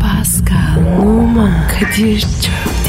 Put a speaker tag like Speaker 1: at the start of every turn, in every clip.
Speaker 1: Pascal, Oman, Kadir çok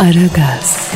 Speaker 1: Aragaz,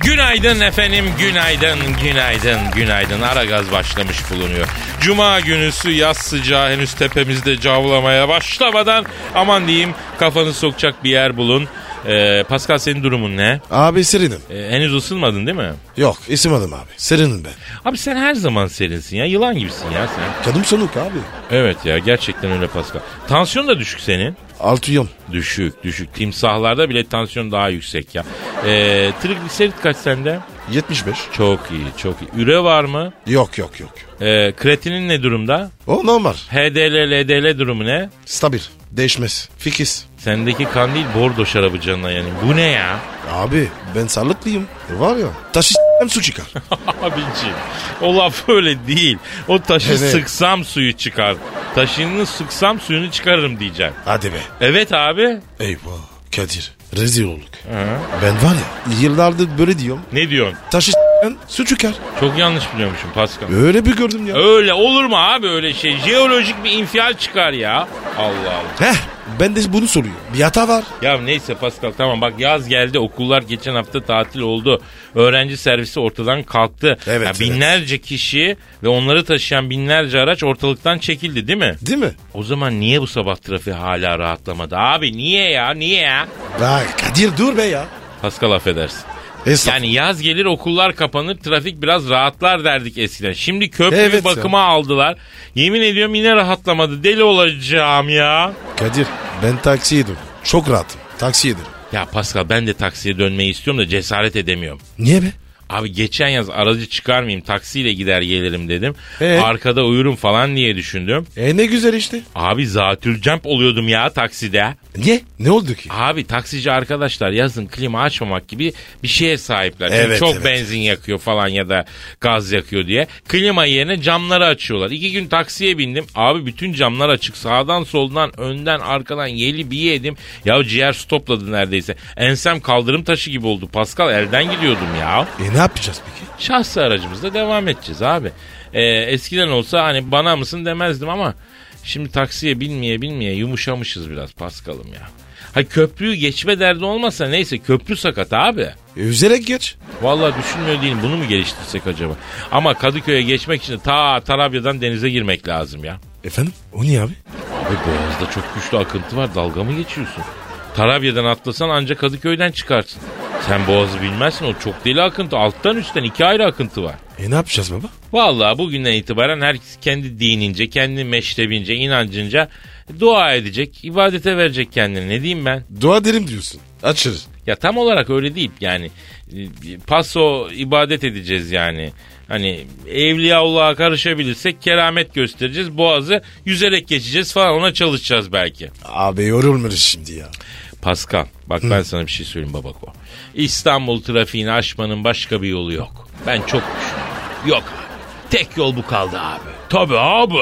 Speaker 2: Günaydın efendim, günaydın, günaydın, günaydın. Ara gaz başlamış bulunuyor. Cuma günüsü yaz sıcağı henüz tepemizde cavlamaya başlamadan aman diyeyim kafanı sokacak bir yer bulun. Ee, Pascal senin durumun ne?
Speaker 3: Abi serinim.
Speaker 2: Ee, henüz ısınmadın değil mi?
Speaker 3: Yok isim adım abi. Serinim ben.
Speaker 2: Abi sen her zaman serinsin ya, yılan gibisin ya sen.
Speaker 3: Kadın soluk abi.
Speaker 2: Evet ya gerçekten öyle Pascal. Tansiyon da düşük senin.
Speaker 3: Altıyım.
Speaker 2: Düşük, düşük. Timsahlarda bile tansiyon daha yüksek ya. Ee, trigliserit kaç sende?
Speaker 3: 75.
Speaker 2: Çok iyi, çok iyi. Üre var mı?
Speaker 3: Yok yok yok.
Speaker 2: Ee, kreatinin ne durumda?
Speaker 3: O normal.
Speaker 2: HDL, LDL durumu ne?
Speaker 3: Stabil. Değişmez. Fikis.
Speaker 2: Sendeki kan değil bordo şarabı canına yani. Bu ne ya?
Speaker 3: Abi ben sağlıklıyım. E var ya. Taşı hem su çıkar.
Speaker 2: Abiciğim o laf öyle değil. O taşı
Speaker 3: Evet.
Speaker 2: sıksam suyu çıkar. Taşını sıksam suyunu çıkarırım diyeceğim.
Speaker 3: Hadi be.
Speaker 2: Evet abi.
Speaker 3: Eyvah. Kadir. Rezil olduk. Ben var ya yıllardır böyle diyorum.
Speaker 2: Ne diyorsun?
Speaker 3: Taşı hem su çıkar.
Speaker 2: Çok yanlış biliyormuşum Pascal.
Speaker 3: Öyle bir gördüm ya.
Speaker 2: Öyle olur mu abi öyle şey? Jeolojik bir infial çıkar ya. Allah Allah.
Speaker 3: Heh. Ben de bunu soruyorum. Bir hata var.
Speaker 2: Ya neyse Pascal tamam bak yaz geldi okullar geçen hafta tatil oldu. Öğrenci servisi ortadan kalktı.
Speaker 3: Evet,
Speaker 2: Ya binlerce kişi ve onları taşıyan binlerce araç ortalıktan çekildi değil mi?
Speaker 3: Değil mi?
Speaker 2: O zaman niye bu sabah trafiği hala rahatlamadı? Abi niye ya niye ya?
Speaker 3: Bak Kadir dur be ya.
Speaker 2: Pascal affedersin.
Speaker 3: Estağfurullah.
Speaker 2: Yani yaz gelir okullar kapanır trafik biraz rahatlar derdik eskiden. Şimdi köprüyü
Speaker 3: Evet
Speaker 2: bakıma aldılar. Yemin ediyorum yine rahatlamadı. Deli olacağım ya.
Speaker 3: Kadir ben taksi yedim. Çok rahatım. Taksi yedim.
Speaker 2: Ya Pascal ben de taksiye dönmeyi istiyorum da cesaret edemiyorum.
Speaker 3: Niye be?
Speaker 2: Abi geçen yaz aracı çıkarmayayım taksiyle gider gelirim dedim.
Speaker 3: Ee?
Speaker 2: Arkada uyurum falan diye düşündüm.
Speaker 3: E ne güzel işte.
Speaker 2: Abi zatürcemp oluyordum ya takside.
Speaker 3: Niye? Ne oldu ki?
Speaker 2: Abi taksici arkadaşlar yazın klima açmamak gibi bir şeye sahipler. Çünkü
Speaker 3: Evet,
Speaker 2: çok
Speaker 3: evet.
Speaker 2: benzin yakıyor falan ya da gaz yakıyor diye. Klima yerine camları açıyorlar. İki gün taksiye bindim. Abi bütün camlar açık. Sağdan soldan önden arkadan yeli bir yedim. Ya ciğer stopladı neredeyse. Ensem kaldırım taşı gibi oldu. Pascal elden gidiyordum ya.
Speaker 3: E ne yapacağız peki?
Speaker 2: şahsi aracımızla devam edeceğiz abi. Ee, eskiden olsa hani bana mısın demezdim ama şimdi taksiye binmeye binmeye yumuşamışız biraz Paskal'ım ya. Ha köprüyü geçme derdi olmasa neyse köprü sakat abi.
Speaker 3: E, üzerek geç.
Speaker 2: Vallahi düşünmüyor değilim bunu mu geliştirsek acaba? Ama Kadıköy'e geçmek için de ta Tarabya'dan denize girmek lazım ya.
Speaker 3: Efendim? O niye abi?
Speaker 2: Abi Boğaz'da çok güçlü akıntı var dalga mı geçiyorsun? Tarabya'dan atlasan ancak Kadıköy'den çıkarsın. Sen Boğaz'ı bilmezsin o çok deli akıntı alttan üstten iki ayrı akıntı var.
Speaker 3: E ne yapacağız baba?
Speaker 2: Vallahi bugünden itibaren herkes kendi dinince, kendi meşrebince, inancınca dua edecek, ibadete verecek kendini. Ne diyeyim ben?
Speaker 3: Dua derim diyorsun. Açırız.
Speaker 2: Ya tam olarak öyle değil yani. E, Paso ibadet edeceğiz yani. Hani evliyaullah'a karışabilirsek keramet göstereceğiz. Boğazı yüzerek geçeceğiz falan ona çalışacağız belki.
Speaker 3: Abi yorulmuyoruz şimdi ya.
Speaker 2: Pascal bak ben sana bir şey söyleyeyim babako. İstanbul trafiğini aşmanın başka bir yolu yok. Ben çok düşündüm. Yok abi. Tek yol bu kaldı abi. Tabii abi.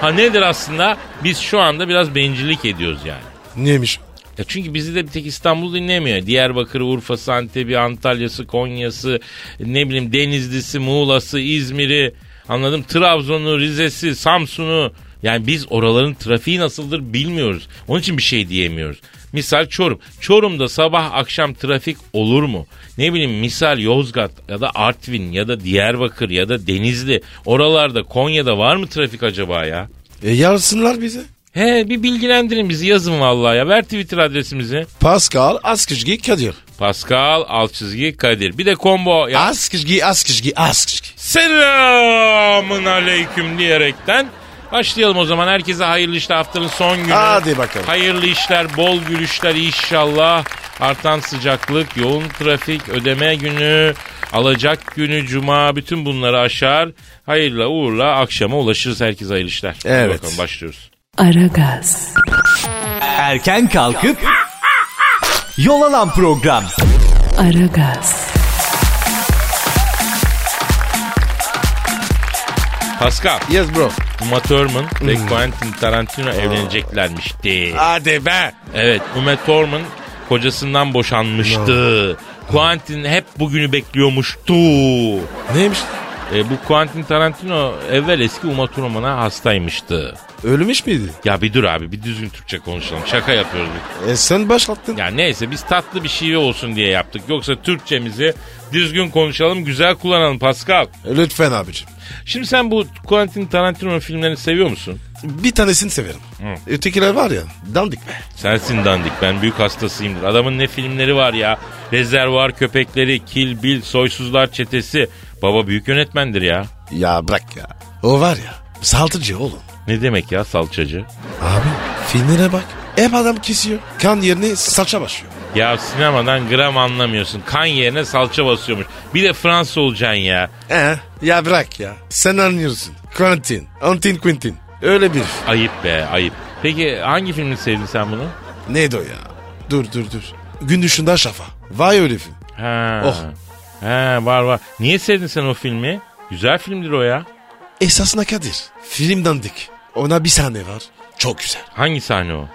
Speaker 2: Ha nedir aslında? Biz şu anda biraz bencillik ediyoruz yani.
Speaker 3: Neymiş?
Speaker 2: Ya çünkü bizi de bir tek İstanbul dinlemiyor. Diyarbakır, Urfa'sı, Antep'i, Antalya'sı, Konya'sı, ne bileyim Denizli'si, Muğla'sı, İzmir'i, anladım Trabzon'u, Rize'si, Samsun'u. Yani biz oraların trafiği nasıldır bilmiyoruz. Onun için bir şey diyemiyoruz. Misal Çorum. Çorum'da sabah akşam trafik olur mu? Ne bileyim misal Yozgat ya da Artvin ya da Diyarbakır ya da Denizli. Oralarda Konya'da var mı trafik acaba ya?
Speaker 3: E yarsınlar bize.
Speaker 2: He bir bilgilendirin bizi yazın vallahi ya. Ver Twitter adresimizi.
Speaker 3: Pascal Askışgi Kadir.
Speaker 2: Pascal alt çizgi Kadir. Bir de combo ya.
Speaker 3: Askışgi Askışgi Askışgi.
Speaker 2: Selamın aleyküm diyerekten başlayalım o zaman. Herkese hayırlı işler haftanın son günü.
Speaker 3: Hadi bakalım.
Speaker 2: Hayırlı işler, bol gülüşler inşallah. Artan sıcaklık, yoğun trafik, ödeme günü, alacak günü, cuma bütün bunları aşar. Hayırla uğurla akşama ulaşırız. Herkese hayırlı işler. Hadi
Speaker 3: Evet.
Speaker 2: Bakalım başlıyoruz.
Speaker 1: Aragaz,
Speaker 4: Erken kalkıp yol alan program.
Speaker 1: Aragaz,
Speaker 2: Pascal,
Speaker 3: Yes bro.
Speaker 2: Uma Thurman
Speaker 3: Hmm.
Speaker 2: ve Quentin Tarantino evleneceklermişti.
Speaker 3: Hadi be.
Speaker 2: Evet Uma Thurman kocasından boşanmıştı. Quentin hep bugünü bekliyormuştu.
Speaker 3: Neymiş?
Speaker 2: E, bu Quentin Tarantino evvel eski Uma Thurman'a hastaymıştı.
Speaker 3: Ölmüş müydü?
Speaker 2: Ya bir dur abi bir düzgün Türkçe konuşalım. Şaka yapıyoruz. biz.
Speaker 3: E sen başlattın.
Speaker 2: Ya neyse biz tatlı bir şive olsun diye yaptık. Yoksa Türkçemizi düzgün konuşalım, güzel kullanalım Pascal.
Speaker 3: Lütfen abicim.
Speaker 2: Şimdi sen bu Quentin Tarantino'nun filmlerini seviyor musun?
Speaker 3: Bir tanesini severim. Ötekiler var ya dandik be.
Speaker 2: Sensin dandik ben büyük hastasıyımdır. Adamın ne filmleri var ya. Rezervuar köpekleri, Kill Bill, Soysuzlar Çetesi. Baba büyük yönetmendir ya.
Speaker 3: Ya bırak ya. O var ya saldırıcı oğlum.
Speaker 2: Ne demek ya salçacı?
Speaker 3: Abi filmlere bak. Hep adam kesiyor. Kan yerine saça başlıyor.
Speaker 2: Ya sinemadan gram anlamıyorsun. Kan yerine salça basıyormuş. Bir de Fransız olacaksın ya.
Speaker 3: Ee, ya bırak ya. Sen anlıyorsun. Quentin. Antin Quentin. Öyle bir.
Speaker 2: Ayıp be ayıp. Peki hangi filmi sevdin sen bunu?
Speaker 3: Neydi o ya? Dur dur dur. Gün dışında şafa. Vay öyle film.
Speaker 2: Ha.
Speaker 3: Oh.
Speaker 2: Ha var var. Niye sevdin sen o filmi? Güzel filmdir o ya.
Speaker 3: Esasına Kadir. Film dandik. Ona bir sahne var. Çok güzel.
Speaker 2: Hangi sahne o?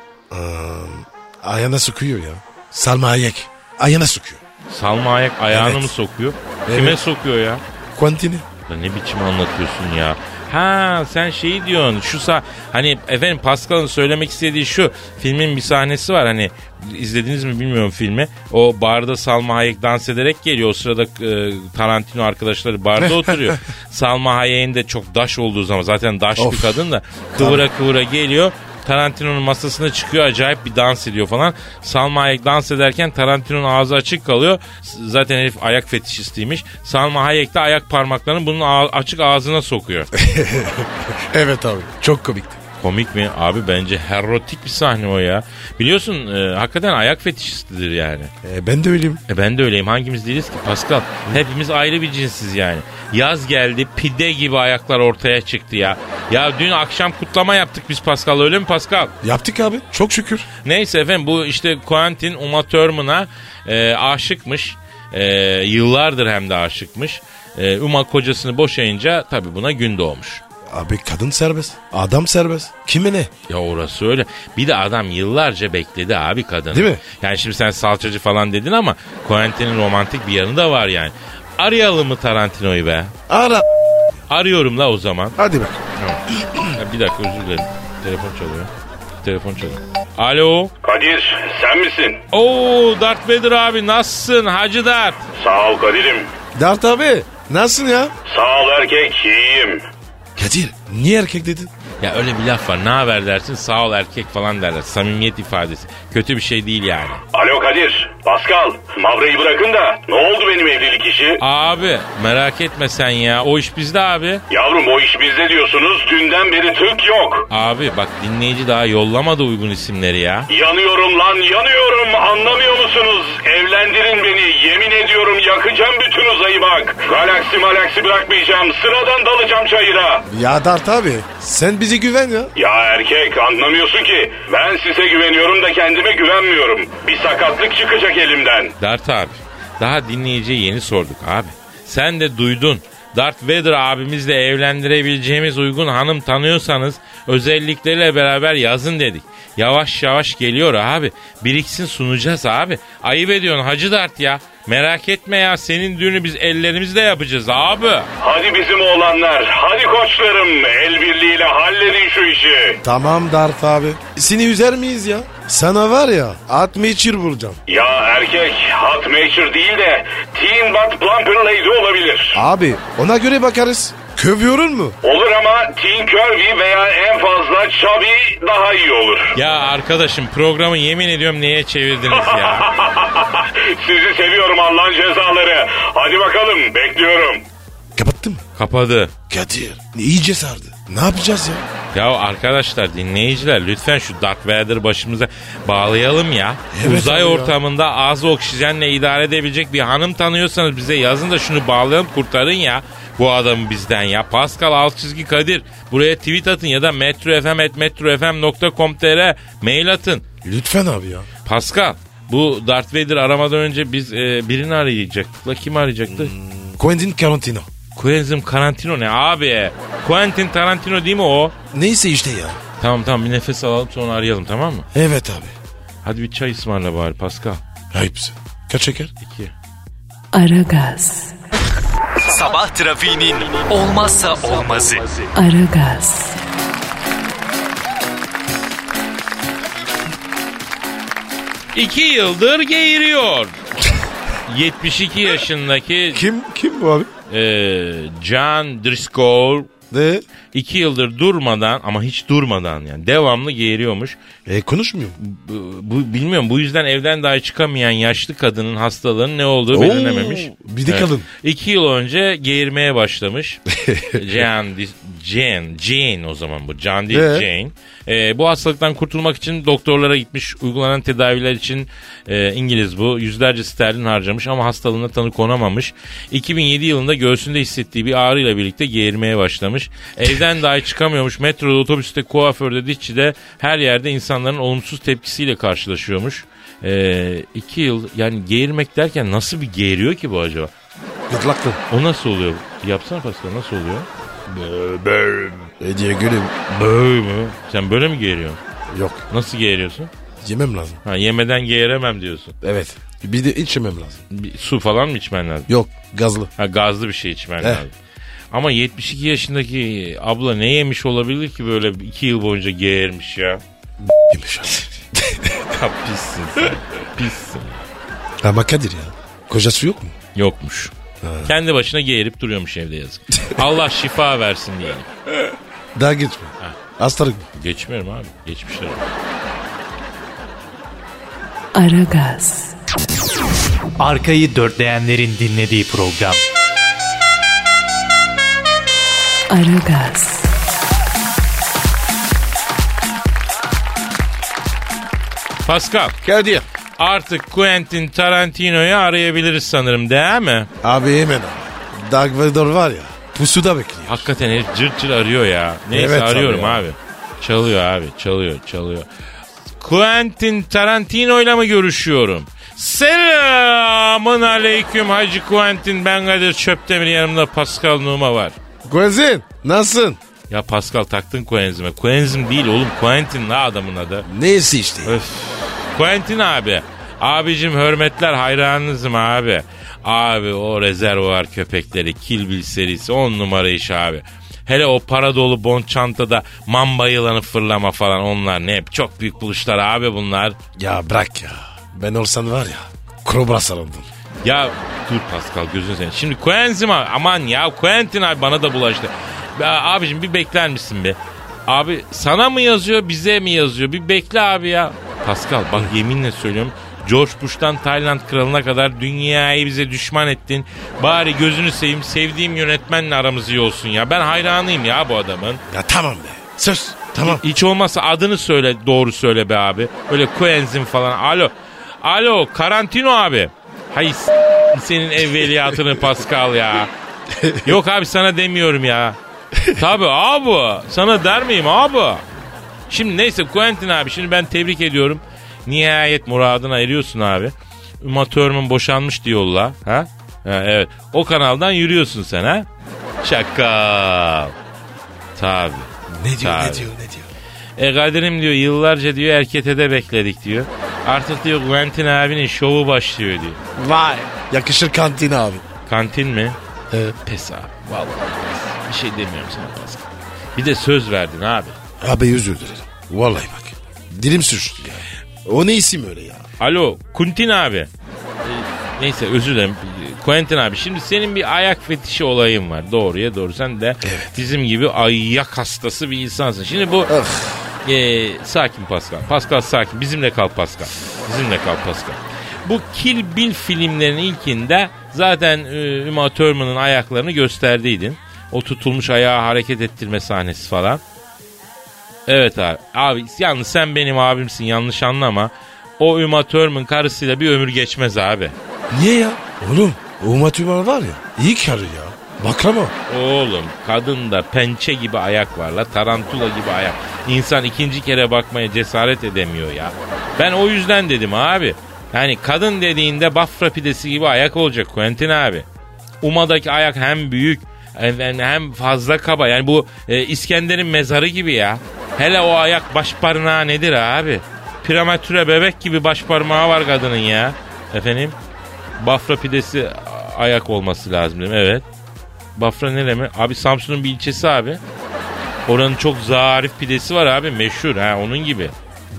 Speaker 3: Ayağına sokuyor ya. Salma Hayek. Ayağına sokuyor.
Speaker 2: Salma ayak ayağını
Speaker 3: Evet.
Speaker 2: mı sokuyor? Kime
Speaker 3: Evet.
Speaker 2: sokuyor ya?
Speaker 3: Quentin'i.
Speaker 2: Ya ne biçim anlatıyorsun ya? Ha sen şeyi diyorsun şu sa hani efendim Pascal'ın söylemek istediği şu filmin bir sahnesi var hani izlediniz mi bilmiyorum filmi o barda Salma Hayek dans ederek geliyor o sırada e, Tarantino arkadaşları barda oturuyor Salma Hayek'in de çok daş olduğu zaman zaten daş bir
Speaker 3: Of.
Speaker 2: kadın da kıvıra kıvıra geliyor Tarantino'nun masasına çıkıyor acayip bir dans ediyor falan. Salma Hayek dans ederken Tarantino'nun ağzı açık kalıyor. S- Zaten herif ayak fetişistiymiş. Salma Hayek de ayak parmaklarını bunun ağa- açık ağzına sokuyor.
Speaker 3: Evet abi. Çok komikti.
Speaker 2: Komik mi? Abi bence erotik bir sahne o ya. Biliyorsun e, hakikaten ayak fetişistidir yani.
Speaker 3: E, ben de öyleyim.
Speaker 2: E ben de öyleyim. Hangimiz değiliz ki Pascal? Hepimiz ayrı bir cinsiz yani. Yaz geldi pide gibi ayaklar ortaya çıktı ya. Ya dün akşam kutlama yaptık biz Pascal öyle mi Pascal?
Speaker 3: Yaptık abi. Çok şükür.
Speaker 2: Neyse efendim bu işte Quentin Uma Thurman'a e, aşıkmış. E, yıllardır hem de aşıkmış. E, Uma kocasını boşayınca tabii buna gün doğmuş.
Speaker 3: Abi kadın serbest. Adam serbest. Kime ne?
Speaker 2: Ya orası öyle. Bir de adam yıllarca bekledi abi kadını.
Speaker 3: Değil mi?
Speaker 2: Yani şimdi sen salçacı falan dedin ama Quentin'in romantik bir yanı da var yani. Arayalım mı Tarantino'yu be?
Speaker 3: Ara.
Speaker 2: Arıyorum la o zaman.
Speaker 3: Hadi bak.
Speaker 2: Ha, bir dakika özür dilerim. Telefon çalıyor. Telefon çalıyor. Alo.
Speaker 5: Kadir sen misin?
Speaker 2: Oo Darth Vader abi nasılsın Hacı Dert?
Speaker 5: Sağ ol Kadir'im.
Speaker 3: Dert abi. Nasılsın ya?
Speaker 5: Sağ ol erkek iyiyim.
Speaker 3: Kadir. Niye erkek dedin?
Speaker 2: Ya öyle bir laf var. Ne haber dersin? Sağ ol erkek falan derler. Samimiyet ifadesi. Kötü bir şey değil yani.
Speaker 5: Alo Kadir, Pascal, Mavra'yı bırakın da ne oldu benim evlilik işi?
Speaker 2: Abi merak etme sen ya. O iş bizde abi.
Speaker 5: Yavrum o iş bizde diyorsunuz, dünden beri tık yok.
Speaker 2: Abi bak dinleyici daha yollamadı uygun isimleri ya.
Speaker 5: Yanıyorum lan yanıyorum anlamıyor musunuz? Evlendirin beni yemin ediyorum yakacağım bütün uzayı bak. Galaksi malaksi bırakmayacağım sıradan dalacağım çayıra.
Speaker 3: Ya Dert abi. Sen bize güven ya.
Speaker 5: Ya erkek anlamıyorsun ki ben size güveniyorum da kendime güvenmiyorum. Bir sakatlık çıkacak elimden.
Speaker 2: Dart abi. Daha dinleyiciye yeni sorduk abi. Sen de duydun. Darth Vader abimizle evlendirebileceğimiz uygun hanım tanıyorsanız özellikleriyle beraber yazın dedik. Yavaş yavaş geliyor abi. Biriksin sunacağız abi. Ayıp ediyorsun Hacı Dart ya. Merak etme ya senin düğünü biz ellerimizle yapacağız abi.
Speaker 5: Hadi bizim oğlanlar, hadi koçlarım el birliğiyle halledin şu işi.
Speaker 3: Tamam Dert abi. Seni üzer miyiz ya? Sana var ya. At meçhir bulacağım.
Speaker 5: Ya erkek hot mature değil de teen but plumper lady olabilir.
Speaker 3: Abi ona göre bakarız. Kövüyorun mu?
Speaker 5: Olur ama teen curvy veya en fazla chubby daha iyi olur.
Speaker 2: Ya arkadaşım programı yemin ediyorum neye çevirdiniz ya.
Speaker 5: Sizi seviyorum Allah'ın cezaları. Hadi bakalım bekliyorum.
Speaker 3: Kapattım.
Speaker 2: Kapadı.
Speaker 3: Kadir. iyice sardı. Ne yapacağız ya?
Speaker 2: Ya arkadaşlar dinleyiciler lütfen şu Darth Vader başımıza bağlayalım ya.
Speaker 3: Evet
Speaker 2: Uzay
Speaker 3: abi ya.
Speaker 2: ortamında az oksijenle idare edebilecek bir hanım tanıyorsanız bize yazın da şunu bağlayalım kurtarın ya. Bu adamı bizden ya. Pascal alt çizgi Kadir. Buraya tweet atın ya da metrofm.metrofm.com.tr mail atın.
Speaker 3: Lütfen abi ya.
Speaker 2: Pascal bu Darth Vader aramadan önce biz e, birini arayacaktık. La kim arayacaktı?
Speaker 3: Hmm. Quentin Tarantino.
Speaker 2: Quentin Tarantino ne abi? Quentin Tarantino değil mi o?
Speaker 3: Neyse işte ya.
Speaker 2: Tamam tamam bir nefes alalım sonra arayalım tamam mı?
Speaker 3: Evet abi.
Speaker 2: Hadi bir çay ısmarla bari Pascal.
Speaker 3: Ayıpsın. Kaç şeker?
Speaker 2: İki.
Speaker 1: Aragaz,
Speaker 4: Sabah trafiğinin olmazsa olmazı.
Speaker 1: Aragaz,
Speaker 2: İki yıldır geğiriyor. 72 yaşındaki
Speaker 3: Kim kim bu abi?
Speaker 2: e, John Driscoll
Speaker 3: Ne?
Speaker 2: iki yıldır durmadan ama hiç durmadan yani devamlı geğiriyormuş.
Speaker 3: E konuşmuyor.
Speaker 2: Bu, bu- bilmiyorum bu yüzden evden dahi çıkamayan yaşlı kadının hastalığının ne olduğu belirlenememiş.
Speaker 3: bir de
Speaker 2: Evet.
Speaker 3: kadın.
Speaker 2: İki yıl önce geğirmeye başlamış. Jean, Dis- Jane, Jane o zaman bu. Can değil
Speaker 3: Ee?
Speaker 2: Jane. Ee, bu hastalıktan kurtulmak için doktorlara gitmiş. Uygulanan tedaviler için e, İngiliz bu. Yüzlerce sterlin harcamış ama hastalığına tanı konamamış. 2007 yılında göğsünde hissettiği bir ağrıyla birlikte geğirmeye başlamış. Evden dahi çıkamıyormuş. Metroda, otobüste, kuaförde, dişçide her yerde insanların olumsuz tepkisiyle karşılaşıyormuş. Ee, iki yıl yani geğirmek derken nasıl bir geğiriyor ki bu acaba?
Speaker 3: Gırtlaklı.
Speaker 2: O nasıl oluyor? Yapsana Pascal nasıl oluyor?
Speaker 3: E diye gülüm.
Speaker 2: Böyle mi? Sen böyle mi geğiriyorsun?
Speaker 3: Yok.
Speaker 2: Nasıl geğiriyorsun?
Speaker 3: Yemem lazım.
Speaker 2: Ha yemeden geğiremem diyorsun.
Speaker 3: Evet. Bir de içmem lazım.
Speaker 2: Bir, su falan mı içmen lazım?
Speaker 3: Yok. Gazlı.
Speaker 2: Ha gazlı bir şey içmen
Speaker 3: Eh.
Speaker 2: lazım. Ama 72 yaşındaki abla ne yemiş olabilir ki böyle 2 yıl boyunca geğirmiş ya?
Speaker 3: Yemiş abi.
Speaker 2: Ya pissin sen. pissin.
Speaker 3: Ama Kadir ya. Kocası yok mu?
Speaker 2: Yokmuş. Kendi başına geğirip duruyormuş evde yazık. Allah şifa versin diyelim.
Speaker 3: Daha gitme. Hastalık mı?
Speaker 2: Geçmiyorum abi. Geçmişler. olsun.
Speaker 1: Aragaz,
Speaker 4: Arkayı dörtleyenlerin dinlediği program.
Speaker 1: Aragaz,
Speaker 2: Pascal
Speaker 3: Kadir.
Speaker 2: artık Quentin Tarantino'yu arayabiliriz sanırım değil mi?
Speaker 3: Abi hemen abi. Dark Vader var ya. Pusuda bekliyor.
Speaker 2: Hakikaten herif cırt cırt arıyor ya. Neyse
Speaker 3: Evet abi
Speaker 2: arıyorum
Speaker 3: ya.
Speaker 2: abi, Çalıyor abi çalıyor çalıyor. Quentin Tarantino ile mi görüşüyorum? Selamın aleyküm Hacı Quentin ben Kadir Çöptemir yanımda Pascal Numa var.
Speaker 3: Gözin. Nasılsın?
Speaker 2: Ya Pascal taktın Quentin'ime. Quentin değil oğlum Quentin la adamın adı.
Speaker 3: Neyse işte.
Speaker 2: Öf. Quentin abi. Abicim hürmetler hayranınızım abi. Abi o rezervuar köpekleri Kill Bill serisi on numara iş abi. Hele o para dolu bon çantada mamba yılanı fırlama falan onlar ne hep çok büyük buluşlar abi bunlar.
Speaker 3: Ya bırak ya. Ben olsan var ya. Kobra sarıldım.
Speaker 2: Ya dur Pascal gözünü seveyim. Şimdi Quentin abi aman ya Quentin abi bana da bulaştı. Be- Abicim bir bekler misin be? Abi sana mı yazıyor bize mi yazıyor? Bir bekle abi ya. Pascal bak yeminle söylüyorum. George Bush'tan Tayland kralına kadar dünyayı bize düşman ettin. Bari gözünü seveyim sevdiğim yönetmenle aramız iyi olsun ya. Ben hayranıyım ya bu adamın.
Speaker 3: Ya tamam be. Söz. Tamam.
Speaker 2: Hiç olmazsa adını söyle doğru söyle be abi. Böyle Quentin falan. Alo. Alo Karantino abi. Hay s- senin evveliyatını Pascal ya. Yok abi sana demiyorum ya. Tabi abi sana der miyim abi? Şimdi neyse Quentin abi şimdi ben tebrik ediyorum. Nihayet muradına eriyorsun abi. Uma Thurman boşanmış diyor la. Ha? ha? Evet. O kanaldan yürüyorsun sen ha? Şaka. Tabi.
Speaker 3: Ne diyor
Speaker 2: Abi.
Speaker 3: ne diyor ne diyor.
Speaker 2: E Kadir'im diyor yıllarca diyor erkete de bekledik diyor. Artık diyor Quentin abinin şovu başlıyor diyor.
Speaker 3: Vay. Yakışır kantin abi.
Speaker 2: Kantin mi?
Speaker 3: Evet.
Speaker 2: Pes abi. Vallahi pes. Bir şey demiyorum sana Pascal. Bir de söz verdin abi.
Speaker 3: Abi özür dilerim. Vallahi bak. Dilim sürçtü ya. O ne isim öyle ya?
Speaker 2: Alo Kuntin abi. E, Neyse özür dilerim. Quentin abi şimdi senin bir ayak fetişi olayın var. Doğruya doğru. Sen de bizim gibi ayak hastası bir insansın. Şimdi bu
Speaker 3: Öf.
Speaker 2: Ee, sakin Pascal. Pascal sakin. Bizimle kal Pascal. Bizimle kal Pascal. Bu Kill Bill filmlerinin ilkinde zaten e, Uma Thurman'ın ayaklarını gösterdiydin. O tutulmuş ayağı hareket ettirme sahnesi falan. Evet abi. Abi yalnız sen benim abimsin yanlış anlama. O Uma Thurman karısıyla bir ömür geçmez abi.
Speaker 3: Niye ya? Oğlum Uma Tümer var ya iyi karı ya. Baklama.
Speaker 2: Oğlum kadında pençe gibi ayak var la tarantula gibi ayak. İnsan ikinci kere bakmaya cesaret edemiyor ya. Ben o yüzden dedim abi. Yani kadın dediğinde bafra pidesi gibi ayak olacak Quentin abi. Uma'daki ayak hem büyük hem- hem fazla kaba. Yani bu e, İskender'in mezarı gibi ya. Hele o ayak baş parmağı nedir abi? Prematüre bebek gibi baş parmağı var kadının ya. Efendim? Bafra pidesi a- ayak olması lazım değil mi? Evet. Bafra nere mi? Abi Samsun'un bir ilçesi abi. Oranın çok zarif pidesi var abi meşhur ha onun gibi.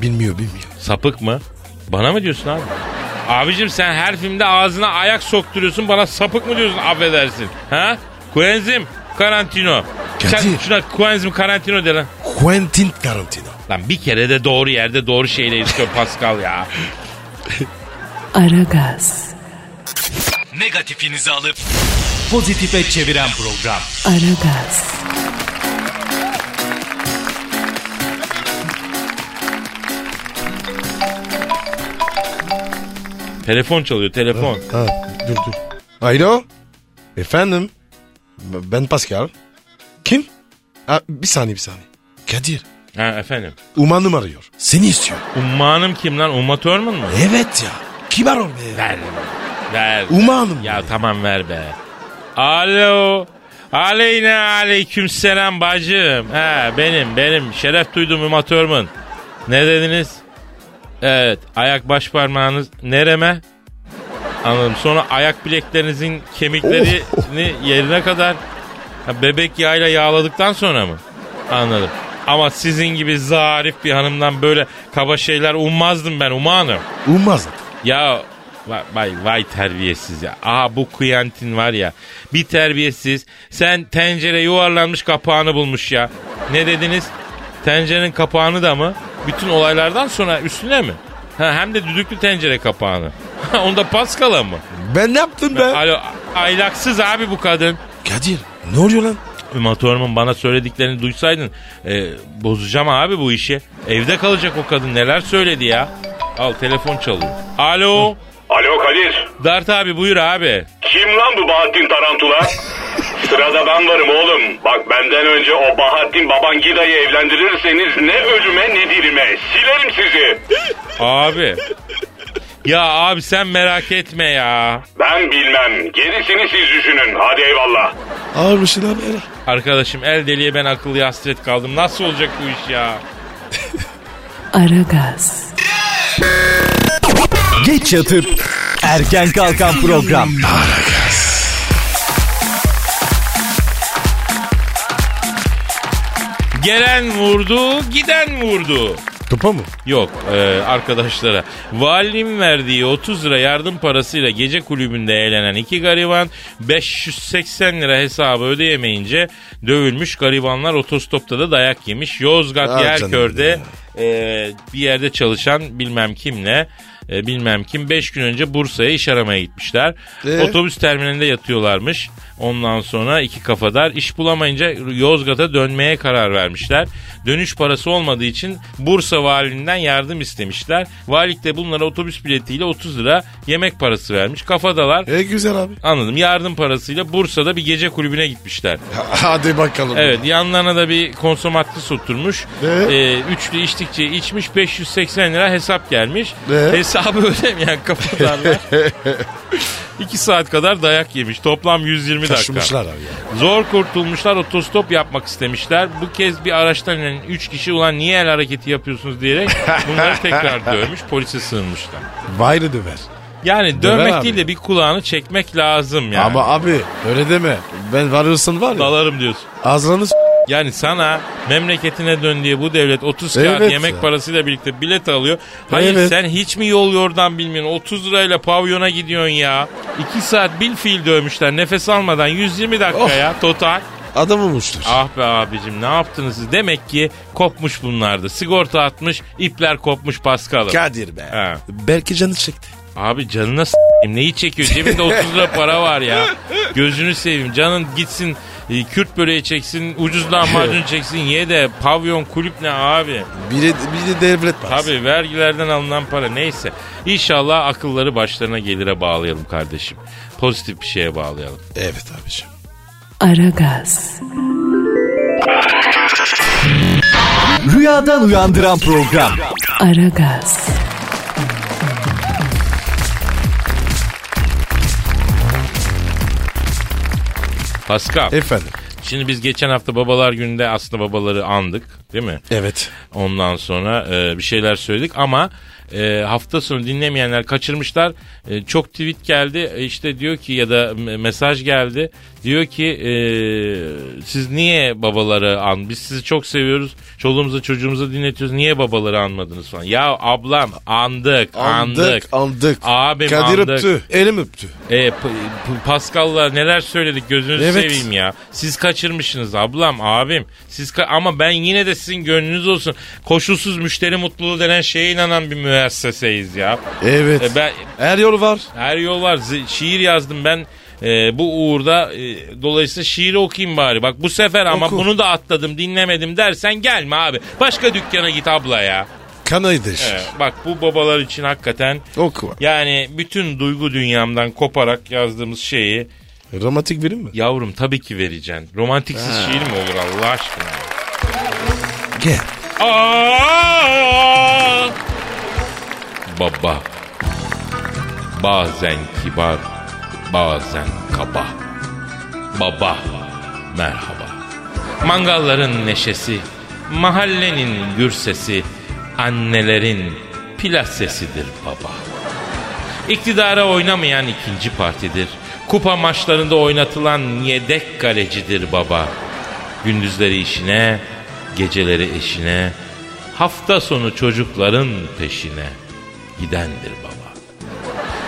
Speaker 3: Bilmiyor bilmiyor.
Speaker 2: Sapık mı? Bana mı diyorsun abi? Abicim sen her filmde ağzına ayak sokturuyorsun bana sapık mı diyorsun affedersin. Ha? Quenzim Karantino. Sen
Speaker 3: Kadir.
Speaker 2: şuna Quenzim Karantino de lan.
Speaker 3: Quentin Tarantino.
Speaker 2: Lan bir kere de doğru yerde doğru şeyle istiyor Pascal ya.
Speaker 1: Aragaz,
Speaker 4: Negatifinizi alıp pozitife çeviren program.
Speaker 1: Aragaz,
Speaker 2: telefon çalıyor telefon.
Speaker 3: Ha dur dur. Alo. Efendim. B- Ben Pascal. Kim? Ha, bir saniye bir saniye. Kadir.
Speaker 2: ha efendim.
Speaker 3: Uman'ım arıyor. Seni istiyor.
Speaker 2: Ummanım kim lan? Umma Thurman mı?
Speaker 3: Evet ya. Kibar ol be.
Speaker 2: Ver. Ver.
Speaker 3: Uman'ım.
Speaker 2: Ya tamam ver be. Alo. Aleyna aleyküm selam bacım. Ha benim benim şeref duydum Umatörmün. Ne dediniz? Evet ayak baş parmağınız nereme? Anladım. Sonra ayak bileklerinizin kemiklerini yerine kadar ha, bebek yağıyla yağladıktan sonra mı? Anladım. Ama sizin gibi zarif bir hanımdan böyle kaba şeyler ummazdım ben umanım.
Speaker 3: Umaz.
Speaker 2: Ya vay, vay, vay terbiyesiz ya. Aha bu Quentin var ya. Bir terbiyesiz. Sen tencere yuvarlanmış kapağını bulmuş ya. Ne dediniz? Tencerenin kapağını da mı? Bütün olaylardan sonra üstüne mi? Ha, hem de düdüklü tencere kapağını. Ha, Onda Paskal'a mı?
Speaker 3: Ben ne yaptım be?
Speaker 2: Alo a- aylaksız abi bu kadın.
Speaker 3: Kadir. Ne oluyor lan?
Speaker 2: Uma Thurman bana söylediklerini duysaydın e, bozacağım abi bu işi. Evde kalacak o kadın neler söyledi ya. Al telefon çalıyor. Alo.
Speaker 5: Alo Kadir.
Speaker 2: Dert abi buyur abi.
Speaker 5: Kim lan bu Bahattin Tarantula? Sırada ben varım oğlum. Bak benden önce o Bahattin Babangida'yı evlendirirseniz ne ölüme ne dirime. Silerim sizi.
Speaker 2: Abi. Ya abi sen merak etme ya.
Speaker 5: Ben bilmem. Gerisini siz düşünün. Hadi eyvallah.
Speaker 3: Ağırmışsın abi. hele.
Speaker 2: Arkadaşım el deliye ben akıllıya hasret kaldım. Nasıl olacak bu iş ya?
Speaker 1: Aragaz,
Speaker 4: Geç yatıp erken kalkan program.
Speaker 2: Gelen vurdu, giden vurdu.
Speaker 3: Topa mı?
Speaker 2: Yok e, arkadaşlara. Valinin verdiği 30 lira yardım parasıyla gece kulübünde eğlenen iki gariban 580 lira hesabı ödeyemeyince dövülmüş garibanlar otostopta da dayak yemiş. Yozgat
Speaker 3: Ah
Speaker 2: Yerkör'de
Speaker 3: canım
Speaker 2: e, bir yerde çalışan bilmem kimle e, bilmem kim 5 gün önce Bursa'ya iş aramaya gitmişler.
Speaker 3: Ee?
Speaker 2: Otobüs terminalinde yatıyorlarmış. Ondan sonra iki kafadar iş bulamayınca Yozgat'a dönmeye karar vermişler. Dönüş parası olmadığı için Bursa valiliğinden yardım istemişler. Valilik de bunlara otobüs biletiyle 30 lira yemek parası vermiş. Kafadalar
Speaker 3: E güzel abi.
Speaker 2: anladım yardım parasıyla Bursa'da bir gece kulübüne gitmişler.
Speaker 3: Hadi bakalım.
Speaker 2: Evet yanlarına da bir konsomatris oturmuş.
Speaker 3: Ee?
Speaker 2: Ee, üçlü içtikçe içmiş 580 lira hesap gelmiş.
Speaker 3: Ee?
Speaker 2: Hesabı ödemeyen kafadarlar. 2 saat kadar dayak yemiş. Toplam 120 dakika.
Speaker 3: Taşımışlar abi ya.
Speaker 2: Zor kurtulmuşlar otostop yapmak istemişler. Bu kez bir araçtan inen 3 kişi ulan niye el hareketi yapıyorsunuz diyerek bunları tekrar dövmüş polise sığınmışlar.
Speaker 3: Bayrağı döver.
Speaker 2: Yani
Speaker 3: Döver
Speaker 2: dövmek
Speaker 3: abi.
Speaker 2: değil de bir kulağını çekmek lazım yani.
Speaker 3: Ama abi öyle deme. Ben varıyorsun var ya.
Speaker 2: Dalarım diyorsun.
Speaker 3: Ağzını s-
Speaker 2: Yani sana memleketine dön diye bu devlet 30 kağıt
Speaker 3: Evet
Speaker 2: yemek
Speaker 3: ya.
Speaker 2: parasıyla birlikte bilet alıyor. Hayır
Speaker 3: Evet.
Speaker 2: sen hiç mi yol yordan bilmiyorsun? 30 lirayla pavyona gidiyorsun ya. 2 saat bil fiil dövmüşler nefes almadan 120 dakika
Speaker 3: Of.
Speaker 2: ya total.
Speaker 3: adam olmuştur.
Speaker 2: Ah be abicim ne yaptınız siz? Demek ki kopmuş bunlardı. Sigorta atmış, ipler kopmuş Paskal'ım.
Speaker 3: Kadir be.
Speaker 2: Ha.
Speaker 3: Belki canı çekti.
Speaker 2: Abi canına s**eyim neyi çekiyor? Cebinde 30 lira para var ya. Gözünü seveyim. Canın gitsin e, Kürt böreği çeksin, ucuz lahmacun çeksin, ye de pavyon kulüp ne abi?
Speaker 3: Biri, biri devlet parası.
Speaker 2: Tabii vergilerden alınan para neyse. İnşallah akılları başlarına gelire bağlayalım kardeşim. Pozitif bir şeye bağlayalım.
Speaker 3: Evet abiciğim.
Speaker 1: Aragaz,
Speaker 4: Rüyadan uyandıran program.
Speaker 1: Aragaz,
Speaker 2: Pascal,
Speaker 3: Efendim.
Speaker 2: şimdi biz geçen hafta babalar gününde aslında babaları andık değil mi?
Speaker 3: Evet.
Speaker 2: Ondan sonra e, bir şeyler söyledik ama e, hafta sonu dinlemeyenler kaçırmışlar. E, çok tweet geldi E, işte diyor ki ya da me- mesaj geldi. Diyor ki e, siz niye babaları an? Biz sizi çok seviyoruz. Çoluğumuzu çocuğumuzu dinletiyoruz. Niye babaları anmadınız falan. Ya ablam andık andık.
Speaker 3: Andık. Andık.
Speaker 2: Abim
Speaker 3: Kadir
Speaker 2: andık.
Speaker 3: öptü. Elim öptü.
Speaker 2: E, P- P- Pascal'la neler söyledik gözünüzü
Speaker 3: Evet.
Speaker 2: seveyim ya. Siz kaçırmışsınız ablam, abim. Siz ka- ama ben yine de sizin gönlünüz olsun. Koşulsuz müşteri mutluluğu denen şeye inanan bir müesseseyiz ya.
Speaker 3: Evet.
Speaker 2: E, ben
Speaker 3: Her yol var.
Speaker 2: her yol var. Zi- şiir yazdım ben. e, bu uğurda e, dolayısıyla şiiri okuyayım bari. Bak bu sefer ama
Speaker 3: Oku.
Speaker 2: bunu da atladım, dinlemedim dersen gelme abi. Başka dükkana git abla ya.
Speaker 3: Kanayı değişir.
Speaker 2: E, bak bu babalar için hakikaten
Speaker 3: Oku. var.
Speaker 2: yani bütün duygu dünyamdan koparak yazdığımız şeyi
Speaker 3: Romantik birim mi?
Speaker 2: Yavrum tabii ki vereceksin. Romantiksiz şiir mi olur Allah aşkına?
Speaker 3: Gel.
Speaker 2: Aa! Baba. Bazen kibar, bazen kaba. Baba, merhaba. Mangalların neşesi, mahallenin gür sesi, annelerin plaz sesidir baba. İktidara oynamayan ikinci partidir. Kupa maçlarında oynatılan yedek kalecidir baba. Gündüzleri işine, geceleri eşine, hafta sonu çocukların peşine gidendir baba.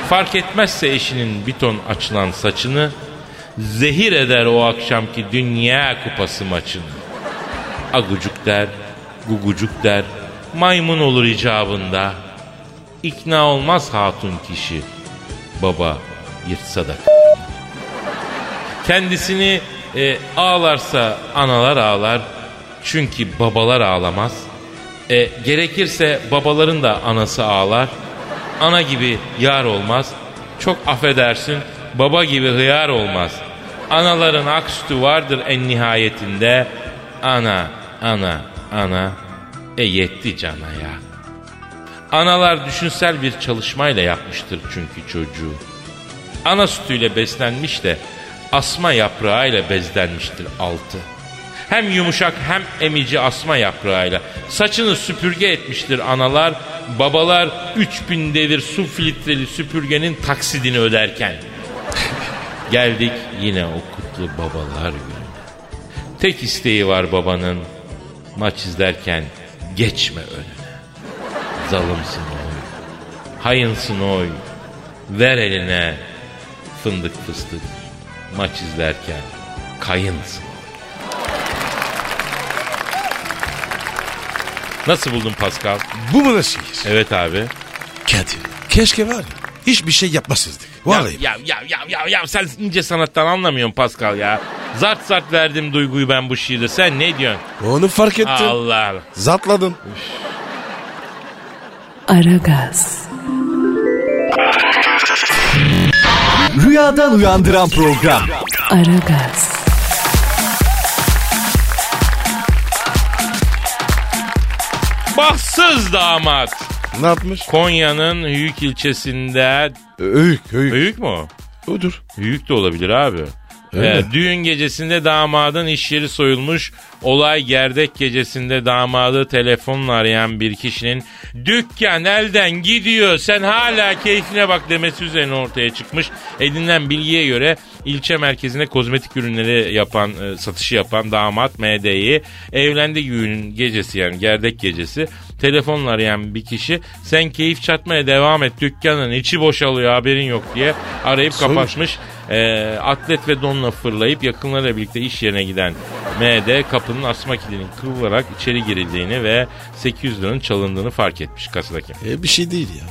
Speaker 2: Fark etmezse eşinin bir ton açılan saçını, zehir eder o akşamki dünya kupası maçını. Agucuk der, gugucuk der, maymun olur icabında. İkna olmaz hatun kişi. Baba yırtsa da Kendisini e, ağlarsa analar ağlar. Çünkü babalar ağlamaz. E, gerekirse babaların da anası ağlar. Ana gibi yar olmaz. Çok affedersin baba gibi hıyar olmaz. Anaların ak sütü vardır en nihayetinde. Ana, ana, ana. E yetti cana ya. Analar düşünsel bir çalışmayla yapmıştır çünkü çocuğu ana sütüyle beslenmiş de asma yaprağıyla bezlenmiştir altı. Hem yumuşak hem emici asma yaprağıyla saçını süpürge etmiştir analar, babalar 3000 devir su filtreli süpürgenin taksidini öderken. Geldik yine o kutlu babalar gününe. Tek isteği var babanın maç izlerken geçme önüne. Zalımsın oy, hayınsın oy, ver eline fındık fıstık maç izlerken kayınsın. Nasıl buldun Pascal?
Speaker 3: Bu mu da şiir?
Speaker 2: Evet abi.
Speaker 3: Kadir. Keşke var ya. Hiçbir şey yapmasızdık. Vallahi.
Speaker 2: Ya, ya, ya, ya, ya sen ince sanattan anlamıyorsun Pascal ya. Zart zart verdim duyguyu ben bu şiirde. Sen ne diyorsun?
Speaker 3: Onu fark ettim.
Speaker 2: Allah Allah.
Speaker 3: Zatladım.
Speaker 1: Aragaz,
Speaker 4: Rüyadan uyandıran program.
Speaker 1: Aragaz,
Speaker 2: Bahtsız damat.
Speaker 3: Ne yapmış?
Speaker 2: Konya'nın Hüyük ilçesinde...
Speaker 3: Öğük, öğük.
Speaker 2: Hüyük mü o?
Speaker 3: Odur.
Speaker 2: Büyük de olabilir abi.
Speaker 3: Öyle.
Speaker 2: Ee, düğün gecesinde damadın iş yeri soyulmuş. Olay gerdek gecesinde damadı telefonla arayan bir kişinin dükkan elden gidiyor sen hala keyfine bak demesi üzerine ortaya çıkmış. Edinilen bilgiye göre ilçe merkezine kozmetik ürünleri yapan, e, satışı yapan damat MD'yi evlendiği günün gecesi yani gerdek gecesi telefonla arayan bir kişi sen keyif çatmaya devam et dükkanın içi boşalıyor haberin yok diye arayıp
Speaker 3: Soymuş.
Speaker 2: kapatmış yapmış. Ee, atlet ve donla fırlayıp yakınlarıyla birlikte iş yerine giden MD kapının asma kilidinin kırılarak içeri girildiğini ve 800 liranın çalındığını fark etmiş kasadaki.
Speaker 3: E, bir şey değil ya.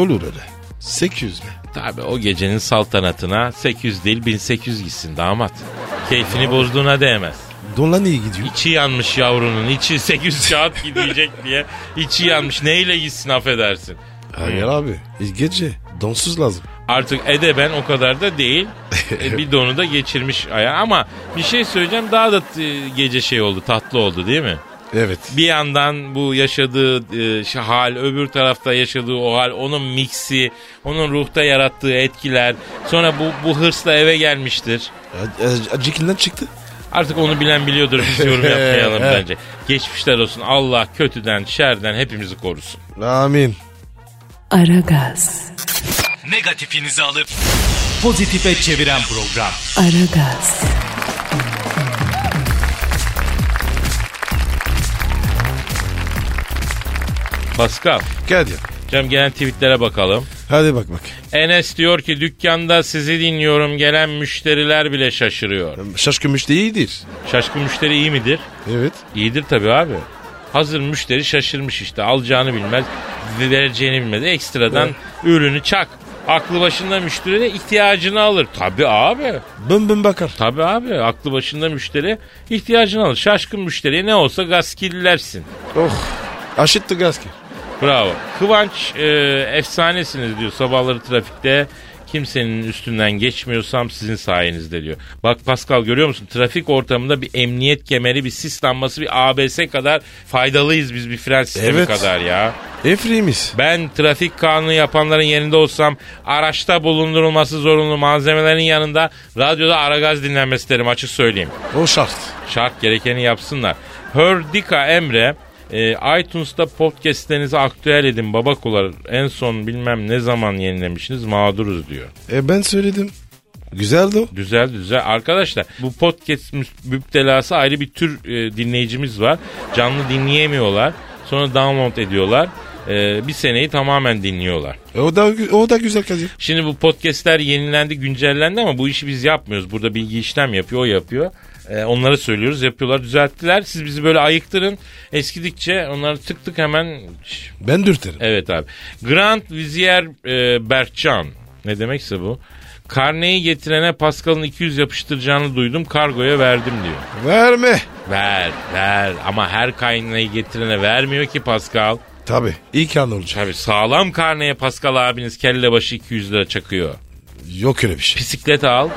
Speaker 3: Olur öyle. 800 mi?
Speaker 2: Tabi o gecenin saltanatına 800 değil 1800 gitsin damat. Keyfini bozduğuna değmez.
Speaker 3: Dolar neye gidiyor?
Speaker 2: İçi yanmış yavrunun içi 800 kağıt gidecek diye içi yanmış neyle gitsin affedersin.
Speaker 3: Hayır abi. e, Gece. Donsuz lazım.
Speaker 2: Artık edeben o kadar da değil. E, bir donu da geçirmiş aya ama bir şey söyleyeceğim daha da e, gece şey oldu tatlı oldu değil mi?
Speaker 3: Evet.
Speaker 2: Bir yandan bu yaşadığı e, şu hal, öbür tarafta yaşadığı o hal, onun miksi, onun ruhta yarattığı etkiler. Sonra bu, bu hırsla eve gelmiştir.
Speaker 3: A- a- Acıkinden çıktı.
Speaker 2: Artık onu bilen biliyordur biz yorum yapmayalım
Speaker 3: Evet.
Speaker 2: bence. Geçmişler olsun Allah kötüden, şerden hepimizi korusun.
Speaker 3: Amin.
Speaker 1: Aragaz,
Speaker 4: Negatifinizi alıp pozitife çeviren program.
Speaker 1: Aragaz,
Speaker 2: Pascal,
Speaker 3: Kadir.
Speaker 2: Cem gelen tweetlere bakalım.
Speaker 3: Hadi bak bak.
Speaker 2: Enes diyor ki dükkanda sizi dinliyorum gelen müşteriler bile şaşırıyor.
Speaker 3: Şaşkın müşteri iyidir.
Speaker 2: Şaşkın müşteri iyi midir?
Speaker 3: Evet.
Speaker 2: İyidir tabii abi. Hazır müşteri şaşırmış işte. Alacağını bilmez, vereceğini bilmez. Ekstradan ürünü çak. Aklı başında müşteri de ihtiyacını alır. Tabii abi.
Speaker 3: Bın bın bakar.
Speaker 2: Tabii abi. Aklı başında müşteri ihtiyacını alır. Şaşkın müşteriye ne olsa gaskillersin.
Speaker 3: Oh. Aşıttı gaz ki.
Speaker 2: Bravo. Kıvanç e, efsanesiniz diyor sabahları trafikte. Kimsenin üstünden geçmiyorsam sizin sayenizde diyor. Bak Pascal görüyor musun? Trafik ortamında bir emniyet kemeri, bir sis lambası, bir ABS kadar faydalıyız biz bir fren sistemi
Speaker 3: Evet.
Speaker 2: kadar ya.
Speaker 3: Efrimiz.
Speaker 2: Ben trafik kanunu yapanların yerinde olsam araçta bulundurulması zorunlu malzemelerin yanında radyoda aragaz dinlenmesi derim açık söyleyeyim.
Speaker 3: O şart.
Speaker 2: Şart gerekeni yapsınlar. Hördika Emre e, iTunes'ta podcastlerinizi aktüel edin baba kular. En son bilmem ne zaman yenilemişsiniz mağduruz diyor.
Speaker 3: E ben söyledim. Güzeldi o.
Speaker 2: Güzel güzel. Arkadaşlar bu podcast mü- müptelası ayrı bir tür e, dinleyicimiz var. Canlı dinleyemiyorlar. Sonra download ediyorlar. E, bir seneyi tamamen dinliyorlar.
Speaker 3: E, o da gü- o da güzel Kadir.
Speaker 2: Şimdi bu podcastler yenilendi, güncellendi ama bu işi biz yapmıyoruz. Burada bilgi işlem yapıyor, o yapıyor. Ee, onlara söylüyoruz, yapıyorlar, düzelttiler. Siz bizi böyle ayıktırın. Eskidikçe onları tık tık hemen... Şş,
Speaker 3: Ben dürterim.
Speaker 2: Evet abi. Grand Vizier e, Berkcan. Ne demekse bu. Karneyi getirene Pascal'ın 200 yapıştıracağını duydum. Kargoya verdim diyor.
Speaker 3: Verme.
Speaker 2: Ver, ver. Ama her karneyi getirene vermiyor ki Pascal.
Speaker 3: Tabi. İyi kan olacak.
Speaker 2: Tabii sağlam karneye Pascal abiniz kelle başı 200 lira çakıyor.
Speaker 3: Yok öyle bir şey.
Speaker 2: Bisiklet al.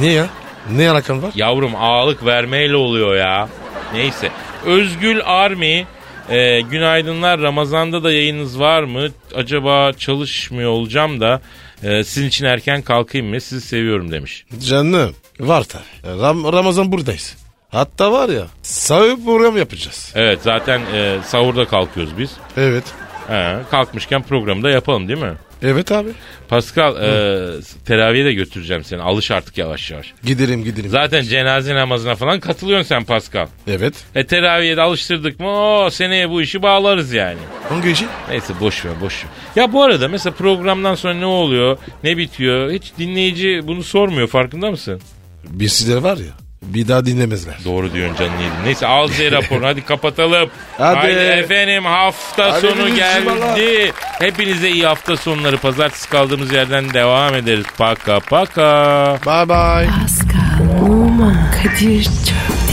Speaker 3: Niye ya? Ne alakan var?
Speaker 2: Yavrum ağalık vermeyle oluyor ya. Neyse. Özgül Army. e, günaydınlar. Ramazan'da da yayınınız var mı? Acaba çalışmıyor olacağım da e, sizin için erken kalkayım mı? Sizi seviyorum demiş.
Speaker 3: Canım. Var tabi. Ram- Ramazan buradayız. Hatta var ya. Sahip program yapacağız.
Speaker 2: Evet zaten e, sahurda kalkıyoruz biz.
Speaker 3: Evet.
Speaker 2: He, kalkmışken programı da yapalım değil mi?
Speaker 3: Evet abi.
Speaker 2: Pascal e, teraviye de götüreceğim seni. Alış artık yavaş yavaş.
Speaker 3: Gidelim gidelim.
Speaker 2: Zaten cenaze namazına falan katılıyorsun sen Pascal.
Speaker 3: evet.
Speaker 2: E teraviye de alıştırdık mı o seneye bu işi bağlarız yani.
Speaker 3: Hangi işi?
Speaker 2: Neyse boş ver boş ver. Ya bu arada mesela programdan sonra ne oluyor, ne bitiyor hiç dinleyici bunu sormuyor farkında mısın?
Speaker 3: Bir sizler var ya. Bir daha dinlemezler.
Speaker 2: Doğru diyorsun canın yedin. Neyse al Z raporunu hadi kapatalım.
Speaker 3: Hadi.
Speaker 2: Haydi efendim hafta
Speaker 3: Hadi
Speaker 2: sonu
Speaker 3: bizim
Speaker 2: geldi. Hepinize iyi hafta sonları. Pazartesi kaldığımız yerden devam ederiz. Paka paka.
Speaker 3: Bye bye.
Speaker 1: Pascal, Oman, Kadir çok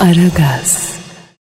Speaker 1: Aragaz.